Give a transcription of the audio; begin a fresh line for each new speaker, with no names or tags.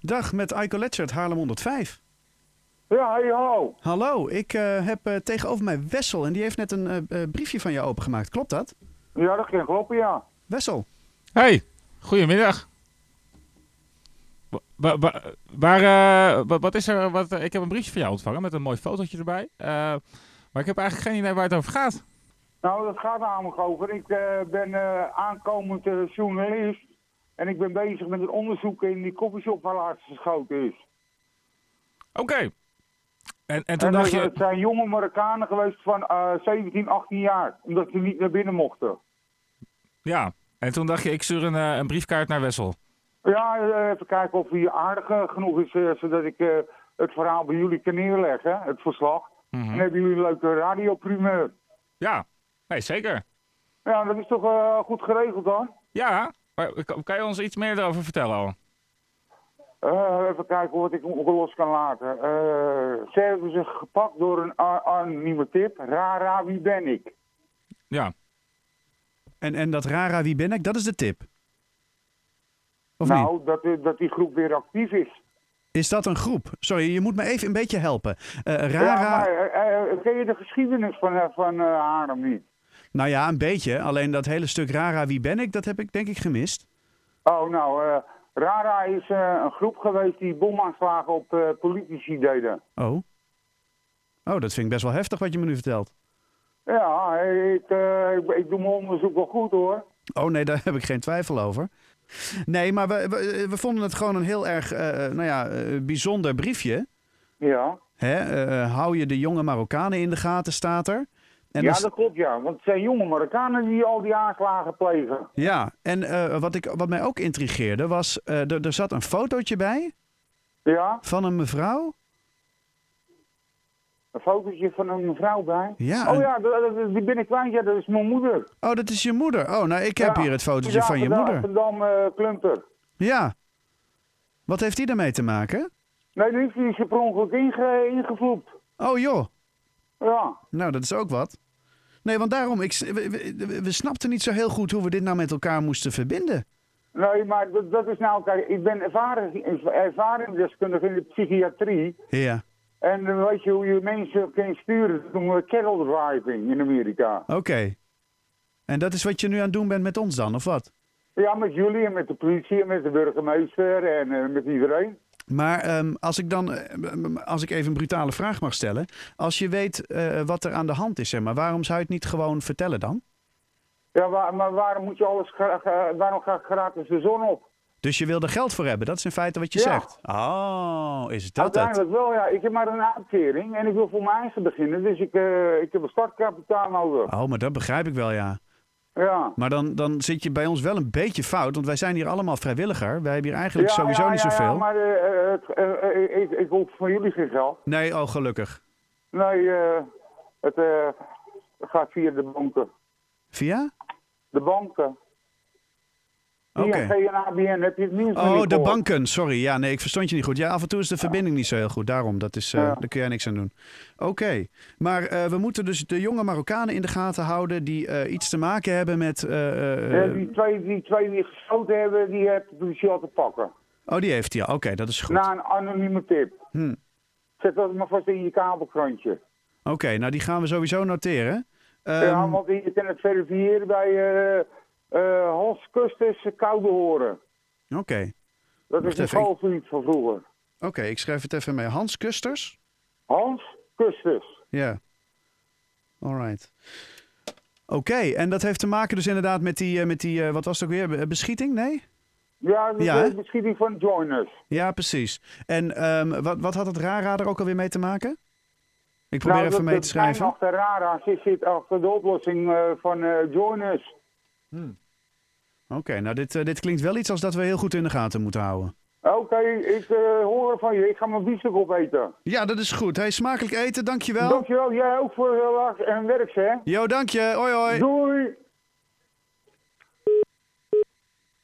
Dag, met Eiko Letchert, Haarlem 105.
Ja, hey, hallo.
Hallo, ik eh, heb eh, tegenover mij Wessel en die heeft net een eh, eh, briefje van jou opengemaakt. Klopt dat?
Ja, dat kan kloppen, ja.
Wessel,
Hey, goedemiddag. Wa- wa- wa- waar, eh, wa- wat is er? Wat, eh, ik heb een briefje van jou ontvangen met een mooi fotootje erbij. Eh, maar ik heb eigenlijk geen idee waar het over gaat.
Nou, dat gaat namelijk over. Ik eh, ben eh, aankomend eh, journalist. En ik ben bezig met een onderzoek in die koffieshop waar laatst geschoten is.
Oké. En, en toen
en
dacht
er-
je.
Het zijn jonge Marokkanen geweest van eh, 17, 18 jaar. Omdat ze niet naar binnen mochten.
Ja. En toen dacht je, ik stuur een, eh, een briefkaart naar Wessel.
Ja, eh, even kijken of hij aardig eh, genoeg is. eh, zodat ik eh, het verhaal bij jullie kan neerleggen. Het verslag.
Mhm.
En hebben jullie een leuke radioprimeur.
Ja. Nee, zeker.
Ja, dat is toch eh, goed geregeld hoor.
Ja. Maar kan, kan je ons iets meer erover vertellen al?
Eh, even kijken wat ik nog los kan laten. Eh Service is gepakt door een a- anonieme tip. Rara, wie ben ik?
Ja.
en, en dat rara wie ben ik, dat is de tip. Of niet?
nou, dat, eh, dat die groep weer actief is.
Is dat een groep? Sorry, je moet me even een beetje helpen. Eh, rara,
Ja, maar eh, eh, ken je de geschiedenis van, eh, van eh, Haarlem niet?
nou ja, een beetje. Alleen dat hele stuk rara wie ben ik, dat heb ik denk ik gemist.
Oh, nou, eh, Rara is eh, een groep geweest die bomaanslagen op eh, politici deden.
Oh. Oh, dat vind ik best wel heftig wat je me nu vertelt.
Ja, ik, eh, ik, ik doe mijn onderzoek wel goed hoor.
Oh nee, daar heb ik geen twijfel over. Nee, maar we, we, we vonden het gewoon een heel erg eh, nou ja, eh, bijzonder briefje.
Ja,
Hè? eh, eh, hou je de jonge Marokkanen in de gaten, staat er. En
ja
dan-
dat klopt ja. Want het zijn jonge Marokkanen die al die aanslagen plegen.
ja, en eh, wat, ik, wat mij ook intrigeerde was, eh, er er zat een fotootje bij
Ja,
van een mevrouw.
Een fotootje van een mevrouw bij.
Ja,
oh
een-
ja, dat- dat- die ben ik kwijt. Ja, dat is mijn moeder.
Oh, dat is je moeder. Oh, nou, ik heb
Ja.
hier het fotootje
Ja,
van je
de
moeder.
Amsterdam eh, Klunter.
Ja. Wat heeft die daarmee te maken?
Nee, die is- die is er per ongeluk inge ingevloept.
Oh joh,
Ja.
nou dat is ook wat. Nee, want daarom, ik, s- we, we, we snapten niet zo heel goed hoe we dit nou met elkaar moesten verbinden.
Nee, maar dat, dat is nou... Kijk, ik ben ervaring, ervaringsdeskundige in de psychiatrie.
Ja.
En dan weet je hoe je mensen kan sturen. Dat noemen we cattle driving in Amerika.
Oké. En dat is wat je nu aan het doen bent met ons dan, of wat?
Ja, met jullie en met de politie en met de burgemeester en eh, met iedereen.
Maar ehm, als ik dan, eh, m- als ik even een brutale vraag mag stellen. Als je weet eh, wat er aan de hand is, zeg maar, waarom zou je het niet gewoon vertellen dan?
Ja, waar- maar waarom moet je alles... gra- gra- waarom gaat gratis de zon op?
Dus je wil er geld voor hebben, dat is in feite wat je
Ja.
zegt. Oh, is dat het?
Uiteindelijk wel, ja. Ik heb maar een uitkering en ik wil voor mijn eigen beginnen. Dus ik, eh, ik heb een startkapitaal nodig.
Oh, maar dat begrijp ik wel, ja.
Ja.
Maar dan, dan zit je bij ons wel een beetje fout, want wij zijn hier allemaal vrijwilliger. Wij hebben hier eigenlijk
Ja,
sowieso
ja,
niet
ja,
zoveel.
Ja, maar eh, eh, het- eh, eh, ik, ik hoop van jullie geen geld.
Nee, oh, gelukkig.
Nee, eh, het eh, gaat via de banken.
Via?
De banken.
Oké.
ING en ABN, heb je het nieuws nog niet
Oh, de
gehoord?
banken. Sorry. Ja, nee, ik verstond je niet goed. Ja, af en toe is de verbinding niet zo heel goed. Daarom, dat is, eh,
Ja.
daar kun jij niks aan doen. Oké. Maar eh, we moeten dus de jonge Marokkanen in de gaten houden die eh, iets te maken hebben met... eh, eh,
Eh, die, twee, die twee die geschoten hebben, die heeft de politie al te pakken.
Oh, die heeft hij. al. Oké, dat is goed.
Na een anonieme tip.
Hm.
Zet dat maar vast in je kabelkrantje.
Oké, nou die gaan we sowieso noteren. Ehm,
ja, want je kan het verifiëren bij eh eh Hans Kusters Koude Horen.
Oké,
Dat
Wacht
is een
even, ik-
schoolvriend van vroeger.
Oké, ik schrijf het even mee. Hans Kusters?
Hans Kusters.
Ja. All right. Oké, en dat heeft te maken dus inderdaad met die, eh, met die eh, wat was het ook weer, Be- beschieting? Nee?
Ja, dat
Ja,
is
hè?
de beschikking van Joiners.
Ja, precies. En ehm, wat, wat had het Rara er ook alweer mee te maken? Ik probeer
Nou, dat-
even mee
dat
te schrijven.
pijn achter Rara zit, zit achter de oplossing eh, van eh, Joiners.
Oké, nou dit, eh, dit klinkt wel iets als dat we heel goed in de gaten moeten houden.
Oké, ik eh, hoor van je. Ik ga mijn biefstuk opeten.
Ja, dat is goed. Hey, smakelijk eten, dankjewel.
Dankjewel. Jij ook voor eh, en werk, hè.
Jo, dank je. Hoi, hoi.
Doei.